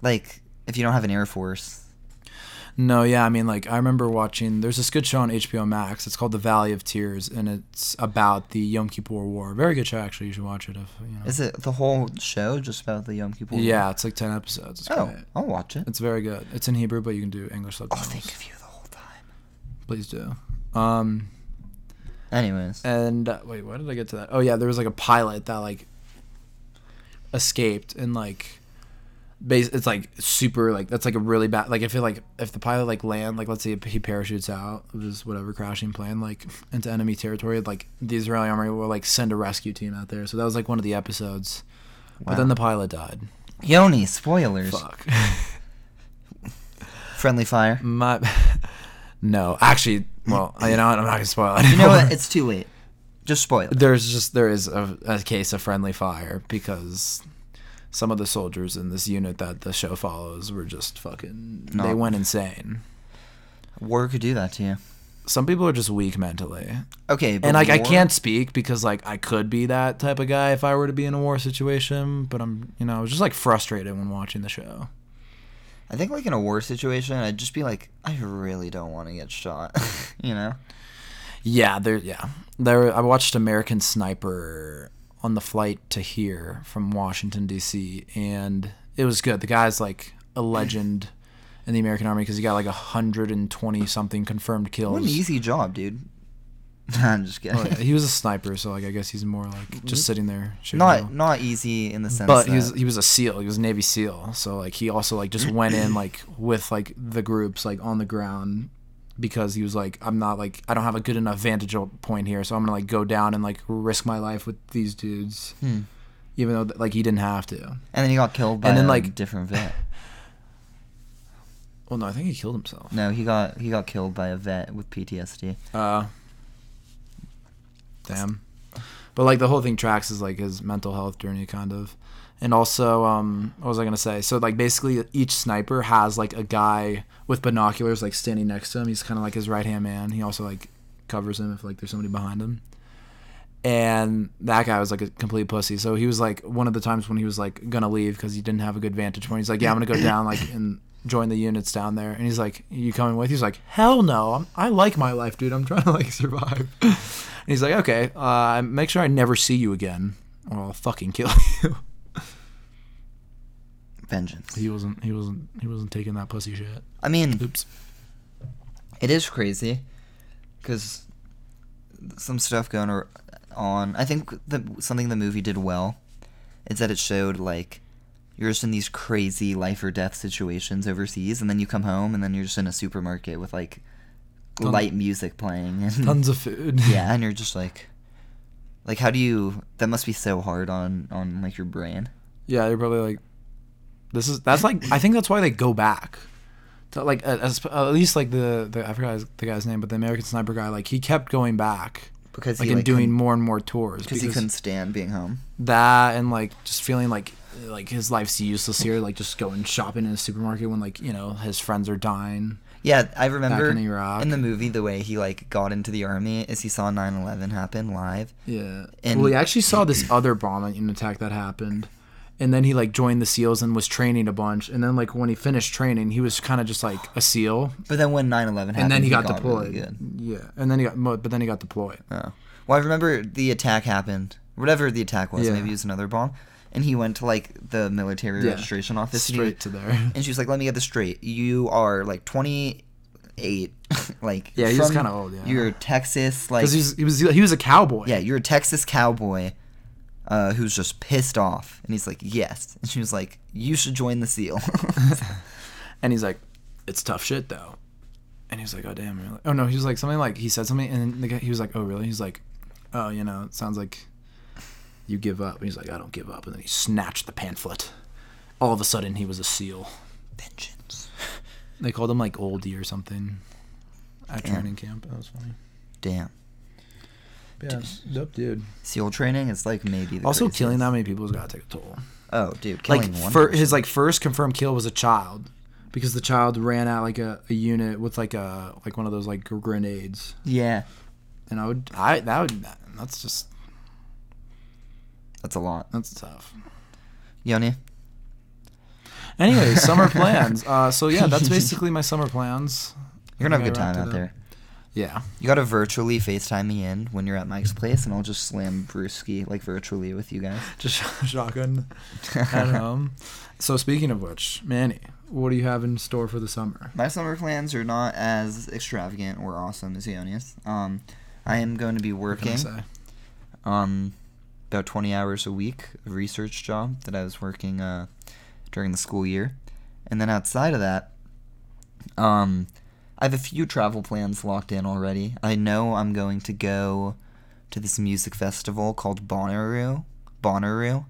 C: like if you don't have an air force,
B: No, yeah, I mean, like I remember watching. There's this good show on HBO Max. It's called The Valley of Tears, and it's about the Yom Kippur War. Very good show, actually. You should watch it if you know.
C: is it the whole show just about the Yom Kippur? War?
B: yeah, it's like ten episodes. It's
C: Oh,
B: great.
C: I'll watch it.
B: It's very good. It's in Hebrew, but you can do English
C: I'll
B: subtitles.
C: think of you the whole time.
B: Please do. Um,
C: Anyways,
B: and uh, wait, why did I get to that? Oh yeah, there was like a pilot that like escaped and like base. It's like super like that's like a really bad like if it like if the pilot like land like let's say he parachutes out of his whatever crashing plane like into enemy territory like the Israeli army will like send a rescue team out there. So that was like one of the episodes. But then the pilot died.
C: Yoni, spoilers.
B: Fuck.
C: Friendly fire.
B: My no, actually, well, you know what? I'm not gonna spoil it.
C: You know what? It's too late. Just spoil it.
B: there's just there is a, a case of friendly fire because some of the soldiers in this unit that the show follows were just fucking
C: No.
B: they went insane
C: War could do that to you.
B: some people are just weak mentally
C: Okay, but
B: and like i
C: war-
B: can't speak because like i could be that type of guy if i were to be in a war situation but i'm you know i was just like frustrated when watching the show
C: I think like in a war situation, I'd just be like, I really don't want to get shot. you know?
B: yeah there yeah there i watched american sniper on the flight to here from washington d.c and it was good the guy's like a legend in the american army because he got like 120 something confirmed
C: What an
B: kills
C: easy job, dude. Nah, I'm just kidding.
B: Oh, yeah, he was a sniper so like i guess he's more like just sitting there shooting
C: not
B: people.
C: not easy in the sense
B: but
C: that
B: he was he was a seal he was a navy seal so like he also like just went in like with like the groups like on the ground because he was like i'm not like i don't have a good enough vantage point here so i'm gonna like go down and like risk my life with these dudes even though like he didn't have to
C: and then he got killed by
B: and then,
C: a
B: like-
C: different vet.
B: well no i think he killed himself
C: No, he got he got killed by a vet with PTSD.
B: uh damn but like the whole thing tracks is like his mental health journey kind of and also um what was i gonna say so like basically each sniper has like a guy with binoculars like standing next to him he's kind of like his right hand man he also like covers him if like there's somebody behind him and that guy was like a complete pussy so he was like one of the times when he was like gonna leave because he didn't have a good vantage point he's like yeah i'm gonna go down like and join the units down there and he's like you coming with he's like hell no I'm, i like my life dude i'm trying to like survive and he's like okay uh, make sure i never see you again or i'll fucking kill you
C: Vengeance.
B: he wasn't he wasn't he wasn't taking that pussy shit
C: I mean,
B: oops
C: it is crazy because some stuff going ar- on i think the, something the movie did well is that it showed like you're just in these crazy life or death situations overseas and then you come home and then you're just in a supermarket with like
B: Ton-
C: light music playing and
B: tons of food
C: yeah and you're just like Like, how do you? That must be so hard on on like your brain.
B: Yeah, you're probably like, this is that's like I think that's why they go back. To like at, as- at least like the, the I forgot his- the guy's name, but the American Sniper guy, like he kept going back,
C: Because
B: like
C: he
B: and
C: like,
B: doing more and more tours
C: because he couldn't stand being home.
B: that and like just feeling like like his life's useless here, like just going shopping in a supermarket when like you know his friends are dying.
C: Yeah, I remember
B: in Iraq.
C: the movie the way he like got into the army is he saw 9/11 happen live.
B: Yeah.
C: And-
B: well, he actually saw this other bombing attack that happened, and then he like joined the SEALs and was training a bunch. And then like when he finished training, he was kind of just like a SEAL,
C: But then when 9/11 happened,
B: and then he got,
C: really
B: deployed.
C: good.
B: yeah, and then he got mo- but then he got deployed.
C: Oh. Well, I remember the attack happened. Whatever the attack was,
B: Yeah.
C: maybe it was another bomb. And he went to like the military
B: Yeah.
C: registration office. and he-
B: Straight to there.
C: And she was like, "Let me get this straight. You are like 28, like
B: Yeah, he was
C: from-
B: kinda old, yeah.
C: You're Texas, like
B: Because he was, he was he was a cowboy.
C: yeah, you're a Texas cowboy uh, who's just pissed off." And he's like, "Yes." And she was like, "You should join the SEAL."
B: And he's like, it's tough shit though. And he was like, oh damn, really? Oh no, he was like something like he said something, and then the guy, he was like, oh really? He's like, oh you know, it sounds like you give up. And he's like, I don't give up. And then he snatched the pamphlet. All of a sudden, he was a seal.
C: Vengeance.
B: They called him like oldie or something at training camp. That was funny.
C: Damn.
B: Yeah, dope dude.
C: SEAL training is like maybe the
B: Also,
C: craziest.
B: killing that many people has got to take a toll.
C: Oh, dude, killing
B: like
C: one.
B: fir-
C: person.
B: his like first confirmed kill was a child because the child ran out like a, a unit with like a like one of those like gr- grenades.
C: yeah,
B: And I would, I that would, that's just
C: that's a lot.
B: that's tough.
C: Yoni,
B: Anyway, summer plans. Uh, so yeah, that's basically my summer plans.
C: you're gonna
B: I
C: have a good
B: think I
C: time
B: wrapped
C: out
B: it
C: there.
B: up. Yeah,
C: You gotta virtually FaceTime me in when you're at Mike's place, and I'll just slam brewski like virtually with you guys.
B: just shotgun at home. So speaking of which, Manny, what do you have in store for the summer?
C: My summer plans are not as extravagant or awesome as Ionia's. Um, I am going to be
B: What can I
C: working
B: say?
C: um about 20 hours a week of research job that I was working uh during the school year, and then outside of that, um, I have a few travel plans locked in already. I know I'm going to go to this music festival called Bonnaroo, Bonnaroo,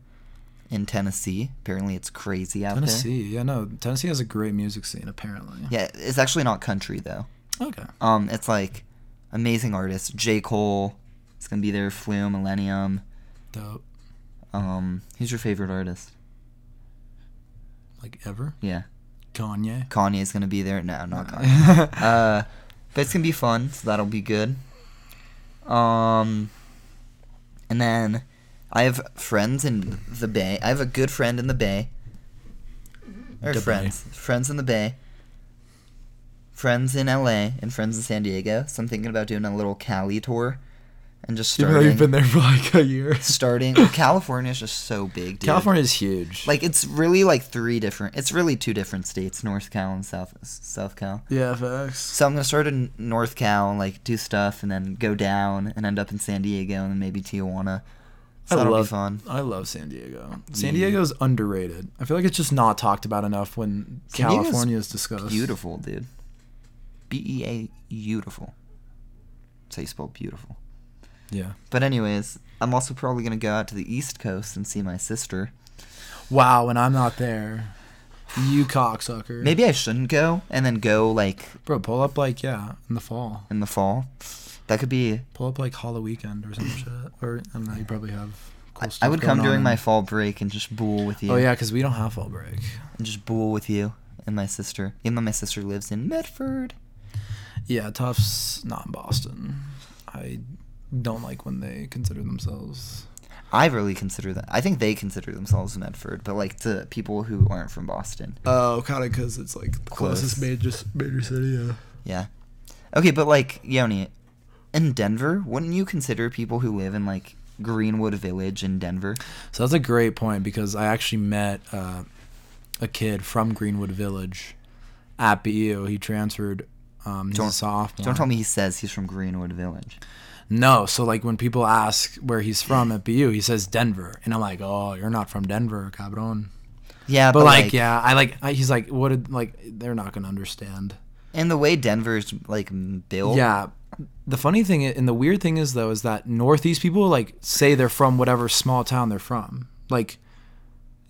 C: in Tennessee. Apparently, it's crazy out
B: Tennessee. Yeah, no, Tennessee has a great music scene apparently.
C: there. Yeah, it's actually not country though.
B: Okay.
C: Um, it's like amazing artists. J. Cole is gonna be there. Flume, Millennium.
B: Dope.
C: Um, who's your favorite artist?
B: Like ever.
C: Yeah,
B: Kanye.
C: Kanye is gonna be there. No, not Kanye.
B: Kanye.
C: Uh, but it's gonna be fun, so that'll be good. Um, and then I have friends in the Bay. I have a good friend in the Bay. Or
B: The Bay.
C: friends, friends in the Bay. Friends in LA and friends in San Diego. So I'm thinking about doing a little Cali tour, and just
B: Even though
C: starting.
B: you've been there for like a year.
C: starting. well, California is just so big. Dude.
B: California is huge.
C: Like it's really like three different. It's really two different states: North Cal and South South Cal.
B: yeah, facts.
C: So I'm gonna start in North Cal, and, like do stuff, and then go down and end up in San Diego, and then maybe Tijuana.
B: I
C: So that'll
B: love
C: be fun.
B: I love San Diego. San Diego's underrated. I feel like it's just not talked about enough when
C: San Diego's
B: California is discussed.
C: Beautiful, dude. B E A beautiful. That's how you spell beautiful.
B: Yeah.
C: But anyways, I'm also probably gonna go out to the East Coast and see my sister.
B: Wow, and I'm not there. You cocksucker.
C: Maybe I shouldn't go, and then go like
B: Bro, pull up like yeah, in the fall.
C: in the fall. That could be
B: Pull up like Hollow Weekend or some shit. Or I don't know, you probably have cool
C: I
B: stuff
C: would
B: going
C: come
B: on
C: during
B: in-
C: my fall break and just bool with you.
B: Oh yeah, because we don't have fall break.
C: And just bool with you and my sister. Even though my sister lives in Medford.
B: Yeah, Tufts not in Boston. I don't like when they consider themselves.
C: I really consider that. I think they consider themselves Medford, but like to people who aren't from Boston.
B: Oh, kind of because it's like the
C: closest
B: major major city. Yeah.
C: Yeah. Okay, but like Yoni, in Denver, wouldn't you consider people who live in like Greenwood Village in Denver?
B: So that's a great point because I actually met uh, a kid from Greenwood Village at BU. He transferred. Um, he's a
C: Don't-
B: sophomore.
C: Don't tell me he says he's from Greenwood Village.
B: No, so like when people ask where he's from at BU, he says Denver, and I'm like, oh, you're not from Denver, cabron.
C: Yeah,
B: But like, yeah, I like. I, he's like, what? Did, like, they're not gonna understand.
C: And the way Denver's like m- built.
B: Yeah. The funny thing i- and the weird thing is though is that Northeast people like say they're from whatever small town they're from. Like,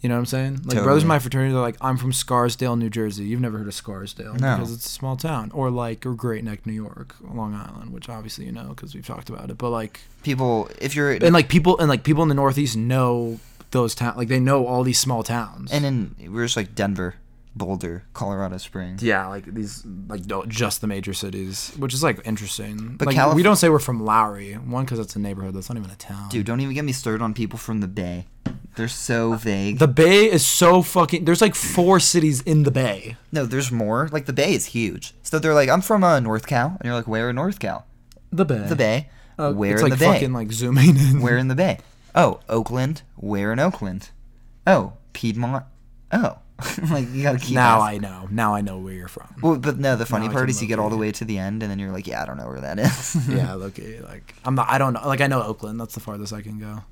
B: you know what I'm saying? Like brothers
C: Totally.
B: in my fraternity, they're like, I'm from Scarsdale, New Jersey. You've never heard of Scarsdale
C: No.
B: because it's a small town, or like or Great Neck, New York, Long Island, which obviously you know because we've talked about it. But like,
C: People, if you're
B: and like people and like people in the Northeast know those towns. Like they know all these small towns.
C: and in we're just like Denver, Boulder, Colorado Springs.
B: yeah, like these, like no, just the major cities, which is like interesting.
C: But
B: like
C: Calif-
B: we don't say we're from Lowry, one because it's a neighborhood that's not even a town.
C: Dude, don't even get me started on people from the Bay. They're so vague.
B: Uh, The Bay is so fucking. There's like four cities in the Bay.
C: no, there's more. Like the Bay is huge. So they're like, I'm from uh, North Cal, and you're like, where in North Cal?
B: The Bay.
C: The Bay.
B: Uh,
C: where
B: it's
C: in
B: like
C: the Bay?
B: fucking like zooming in.
C: Where in the Bay? Oh, Oakland. Where in Oakland? Oh, Piedmont. Oh, like you gotta keep.
B: now
C: asking.
B: I know. Now I know where you're from.
C: Well, but no, the funny
B: I
C: part
B: can
C: is you get all the way to the end, and then you're like, yeah, I don't know where that is.
B: yeah, look, eh, like I'm not. I don't know. Like I know Oakland. That's the farthest I can go.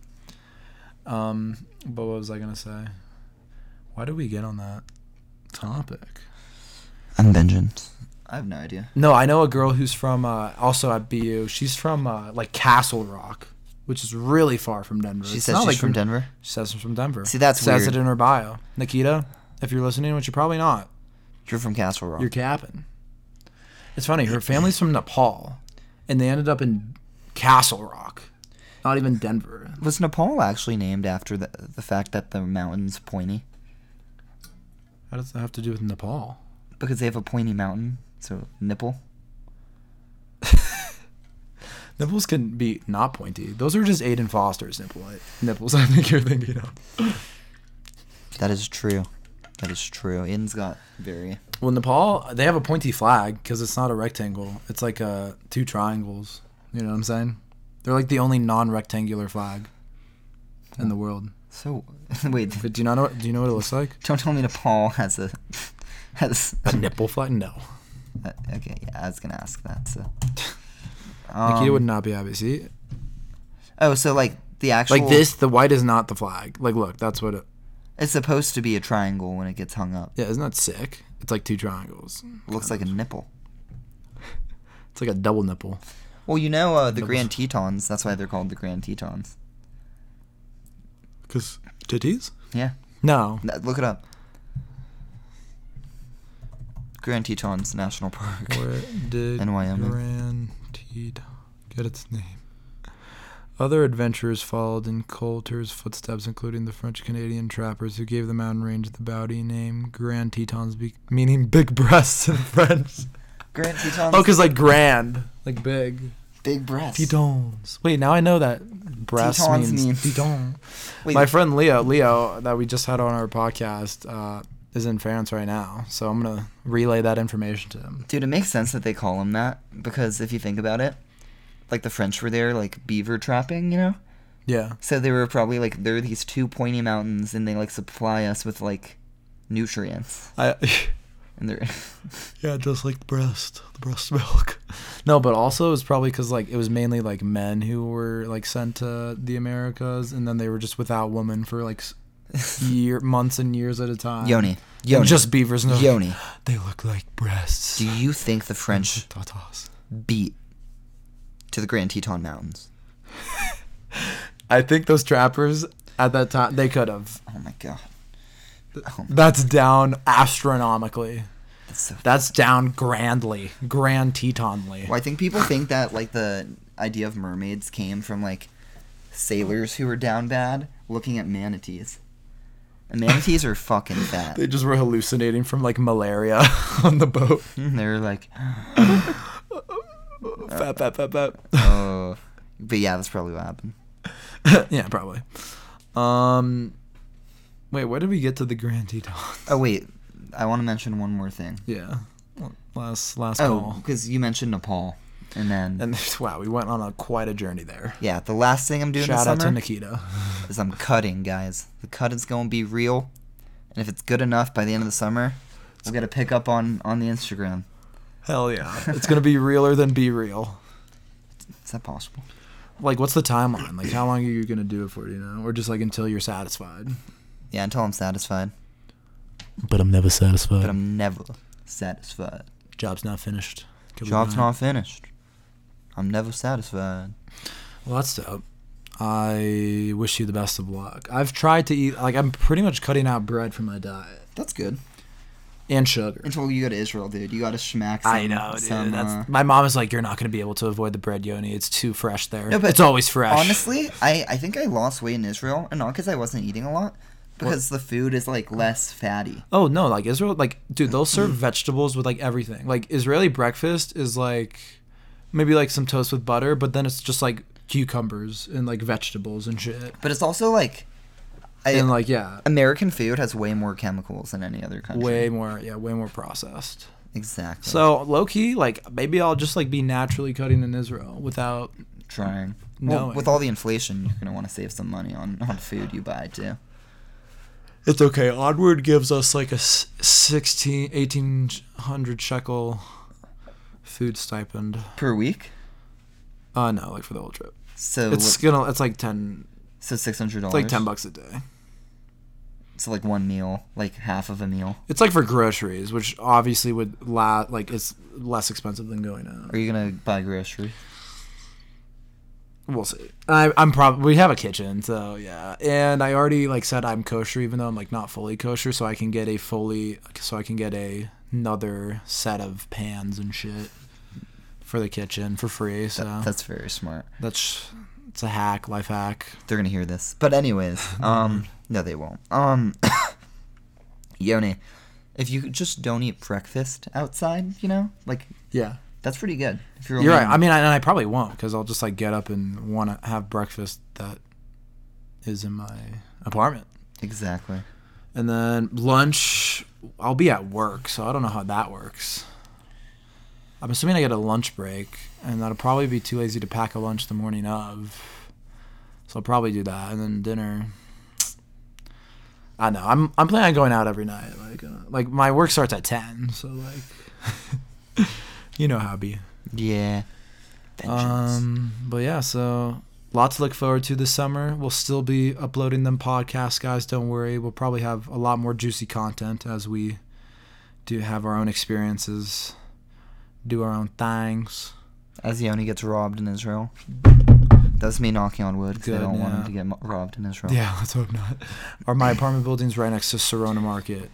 B: Um, but what was I gonna say? Why did we get on that topic?
C: I'm vengeance. I have no idea.
B: No, I know a girl who's from uh, also at BU. She's from uh, like Castle Rock, which is really far from Denver.
C: She
B: It's
C: says
B: not,
C: she's
B: like,
C: from Denver.
B: She says she's from Denver.
C: See, that's
B: says
C: weird.
B: it in her bio. Nikita, if you're listening, which you're probably not,
C: You're from Castle Rock.
B: you're capping. It's funny. Her family's from Nepal, and they ended up in Castle Rock, not even Denver.
C: Was Nepal actually named after the the fact that the mountain's pointy?
B: How does that have to do with Nepal?
C: Because they have a pointy mountain, so nipple.
B: Nipples can be not pointy. Those are just Aiden Foster's nipple nipples. I think you're thinking of.
C: That is true. That is true. Aiden's got very.
B: Well, Nepal, they have a pointy flag because it's not a rectangle. It's like uh, two triangles. You know what I'm saying? They're like the only non-rectangular flag in the world.
C: So wait,
B: But do you not know? Do you know what it looks like?
C: don't tell me Nepal has a has.
B: A nipple flag? No.
C: Uh, okay, yeah, I was gonna ask that. So.
B: Nikita
C: Um,
B: would not be happy. See,
C: Oh, so like the actual
B: like this, the white is not the flag. Like, look, that's what. It,
C: It's supposed to be a triangle when it gets hung up.
B: yeah, isn't that sick? It's like two triangles.
C: Looks like a nipple.
B: It's like a double nipple.
C: Well, you know uh, the Grand Tetons. That's why they're called the Grand Tetons.
B: Cause titties?
C: Yeah,
B: No.
C: N- look it up. Grand Tetons National Park.
B: Where did
C: In Wyoming.
B: Grand Teton get its name? Other adventurers followed in Coulter's footsteps, including the French Canadian trappers who gave the mountain range the Bowdy name Grand Tetons, be- meaning big breasts in French.
C: Grand Tetons.
B: Oh, because like grand, like big.
C: big breasts.
B: Tetons. Wait, now I know that breast
C: Tetons
B: means,
C: means-
B: Teton.
C: Wait,
B: My friend Leo, Leo, that we just had on our podcast, uh, is in France right now. So I'm going to relay that information to him.
C: dude, it makes sense that they call them that because if you think about it, like the French were there, like beaver trapping, you know.
B: Yeah.
C: So they were probably like there are these two pointy mountains, and they like supply us with like nutrients,
B: I.
C: and they're.
B: Yeah, just like the breast, the breast milk. No, but also it was probably because like it was mainly like men who were like sent to the Americas, and then they were just without women for like s- year months and years at a time.
C: Yoni.
B: And
C: Yoni.
B: just beavers. and they're like,
C: Yoni.
B: They look like breasts.
C: Do you think the French
B: Tatas.
C: beat to the Grand Teton Mountains?
B: I think those trappers at that time they could have.
C: Oh my god. Oh,
B: That's down astronomically.
C: That's so
B: That's down grandly, grand tetonly.
C: Well, I think people think that like the idea of mermaids came from like sailors who were down bad looking at manatees. And manatees are fucking fat.
B: They just were hallucinating from like malaria on the boat.
C: They're like,
B: Fat, fat, fat, fat.
C: oh. But yeah, that's probably what happened.
B: yeah, probably. Um, wait, where did we get to the Grand Teton?
C: Oh wait, I want to mention one more thing.
B: yeah, last last
C: Oh,
B: call.
C: because you mentioned Nepal, and then
B: And wow, we went on a quite a journey there.
C: yeah, the last thing I'm doing this
B: Shout out to
C: summer
B: Nikita.
C: is I'm cutting, guys. The cut is going to be real, and if it's good enough by the end of the summer, we'll get a pickup on on the Instagram.
B: Hell yeah, it's gonna be realer than be real.
C: Is that possible?
B: Like, what's the timeline? Like, how long are you gonna do it for? You know, or just like until you're satisfied?
C: Yeah, until I'm satisfied.
B: But I'm never
C: But
B: satisfied.
C: I'm never satisfied.
B: Job's not finished. Could be
C: Job's
B: done.
C: not finished. I'm never satisfied.
B: Well, that's dope. I wish you the best of luck. I've tried to eat like I'm pretty much cutting out bread from my diet
C: That's good.
B: and sugar.
C: Until you go to Israel, dude. You got to schmack some.
B: I know, dude.
C: some, uh,
B: that's, my mom is like, you're not going to be able to avoid the bread yoni. It's too fresh there.
C: but
B: it's always fresh.
C: Honestly, I, I think I lost weight in Israel, and not because I wasn't eating a lot, because the food is like less fatty.
B: Oh no, like Israel, like dude, they'll
C: Mm.
B: serve vegetables with like everything. Like Israeli breakfast is like maybe like some toast with butter, but then it's just like cucumbers and like vegetables and shit.
C: But it's also like, I,
B: And like yeah,
C: American food has way more chemicals than any other country.
B: way more yeah, way more processed.
C: Exactly.
B: So low key, like maybe I'll just like be naturally cutting in Israel without
C: trying.
B: No,
C: Well, with
B: I-
C: all the inflation, you're gonna want to save some money on on food you buy too.
B: It's okay. Onward gives us like a s- 16, 1800 shekel food stipend.
C: Per week,
B: Uh, no, like for the whole trip.
C: so
B: It's
C: li-
B: gonna, it's like 10,
C: so six hundred dollars.
B: it's like 10 bucks a day.
C: So like one meal, like half of a meal.
B: It's like for groceries, which obviously would la like it's less expensive than going out.
C: Are you gonna buy groceries?
B: We'll see. I, I'm probably we have a kitchen, so yeah. And I already like said I'm kosher, even though I'm like not fully kosher, so I can get a fully so I can get a another set of pans and shit for the kitchen for free. So
C: That's very smart.
B: that's it's a hack, life hack.
C: They're gonna hear this, but anyways, um, no, they won't. Um, Yoni, if you just don't eat breakfast outside, you know, like
B: Yeah,
C: that's pretty good. If you're,
B: you're
C: only-
B: right. I mean, I, and I probably won't because I'll just like get up and want to have breakfast that is in my apartment.
C: exactly.
B: And then lunch, I'll be at work, so I don't know how that works. I'm assuming I get a lunch break, and that'll probably be too lazy to pack a lunch the morning of. So I'll probably do that, and then dinner. I know. I'm I'm planning on going out every night. Like uh, like my work starts at ten, so like, you know how it be.
C: Yeah. Vengeance.
B: Um, but yeah, so lots to look forward to this summer. We'll still be uploading them podcasts, guys. Don't worry. We'll probably have a lot more juicy content as we do have our own experiences, do our own things.
C: As Yoni gets robbed in Israel. That's me knocking on wood because I
B: Good,
C: don't want him
B: yeah.
C: to get mo- robbed in Israel.
B: Yeah, let's hope not. Our my apartment building's right next to Sorona Market,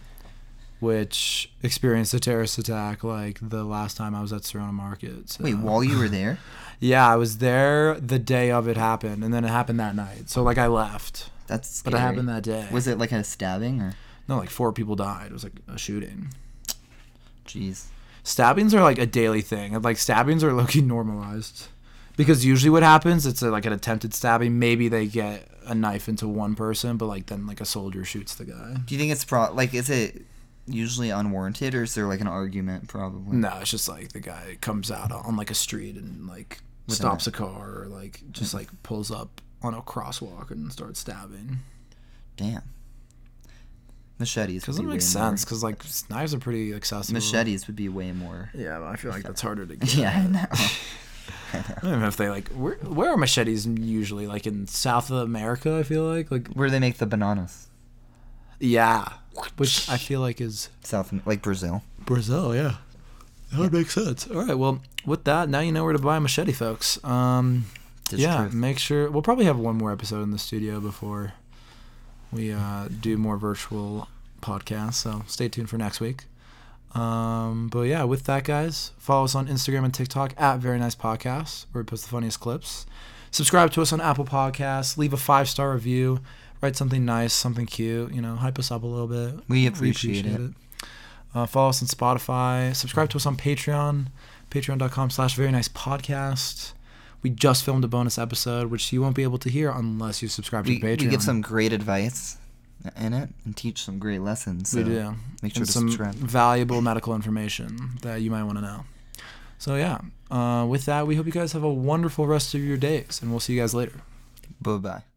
B: which experienced a terrorist attack like the last time I was at Sorona Market. So.
C: Wait, while you were there?
B: Yeah, I was there the day of it happened, and then it happened that night. So like I left,
C: That's
B: but
C: scary.
B: it happened that day.
C: Was it like a stabbing or?
B: No, like four people died. It was like a shooting.
C: Jeez.
B: Stabbings are like a daily thing. Like stabbings are low-key normalized. Because usually what happens, it's a, like an attempted stabbing. Maybe they get a knife into one person, but like then like a soldier shoots the guy.
C: Do you think it's pro? Like, is it usually unwarranted or is there like an argument? Probably.
B: No, it's just like the guy comes out on like a street and like
C: With a
B: stops a car or like just like pulls up on a crosswalk and starts stabbing.
C: Damn. Machetes.
B: Because
C: would
B: it
C: be
B: makes
C: way more-
B: sense. Because like knives are pretty accessible.
C: Machetes would be way more.
B: Yeah, but I feel like that's harder to get.
C: Yeah, I know.
B: I don't know if they like where where are machetes usually like in South America. I feel like like
C: Where they make the bananas?
B: yeah, which I feel like is
C: South, like Brazil.
B: Brazil. Yeah, that would make sense. All right, well with that now you know where to buy a machete, folks. Um,
C: Just
B: yeah,
C: truth.
B: make sure we'll probably have one more episode in the studio before we uh, do more virtual podcasts. So stay tuned for next week. Um, but yeah, with that, guys, follow us on Instagram and TikTok at Very Nice Podcasts, where we post the funniest clips. Subscribe to us on Apple Podcasts. Leave a five star review. Write something nice, something cute. You know, hype us up a little bit.
C: We appreciate it.
B: Uh, follow us on Spotify. Subscribe to us on Patreon. Patreon.com slash Very Nice Podcast. We just filmed a bonus episode, which you won't be able to hear unless you subscribe
C: We,
B: to Patreon.
C: we give some great advice in it and teach some great lessons. So
B: we do.
C: Make sure
B: and
C: to
B: some
C: subscribe.
B: valuable medical information that you might want to know. So yeah, uh, with that, we hope you guys have a wonderful rest of your days, and we'll see you guys later.
C: Bye bye.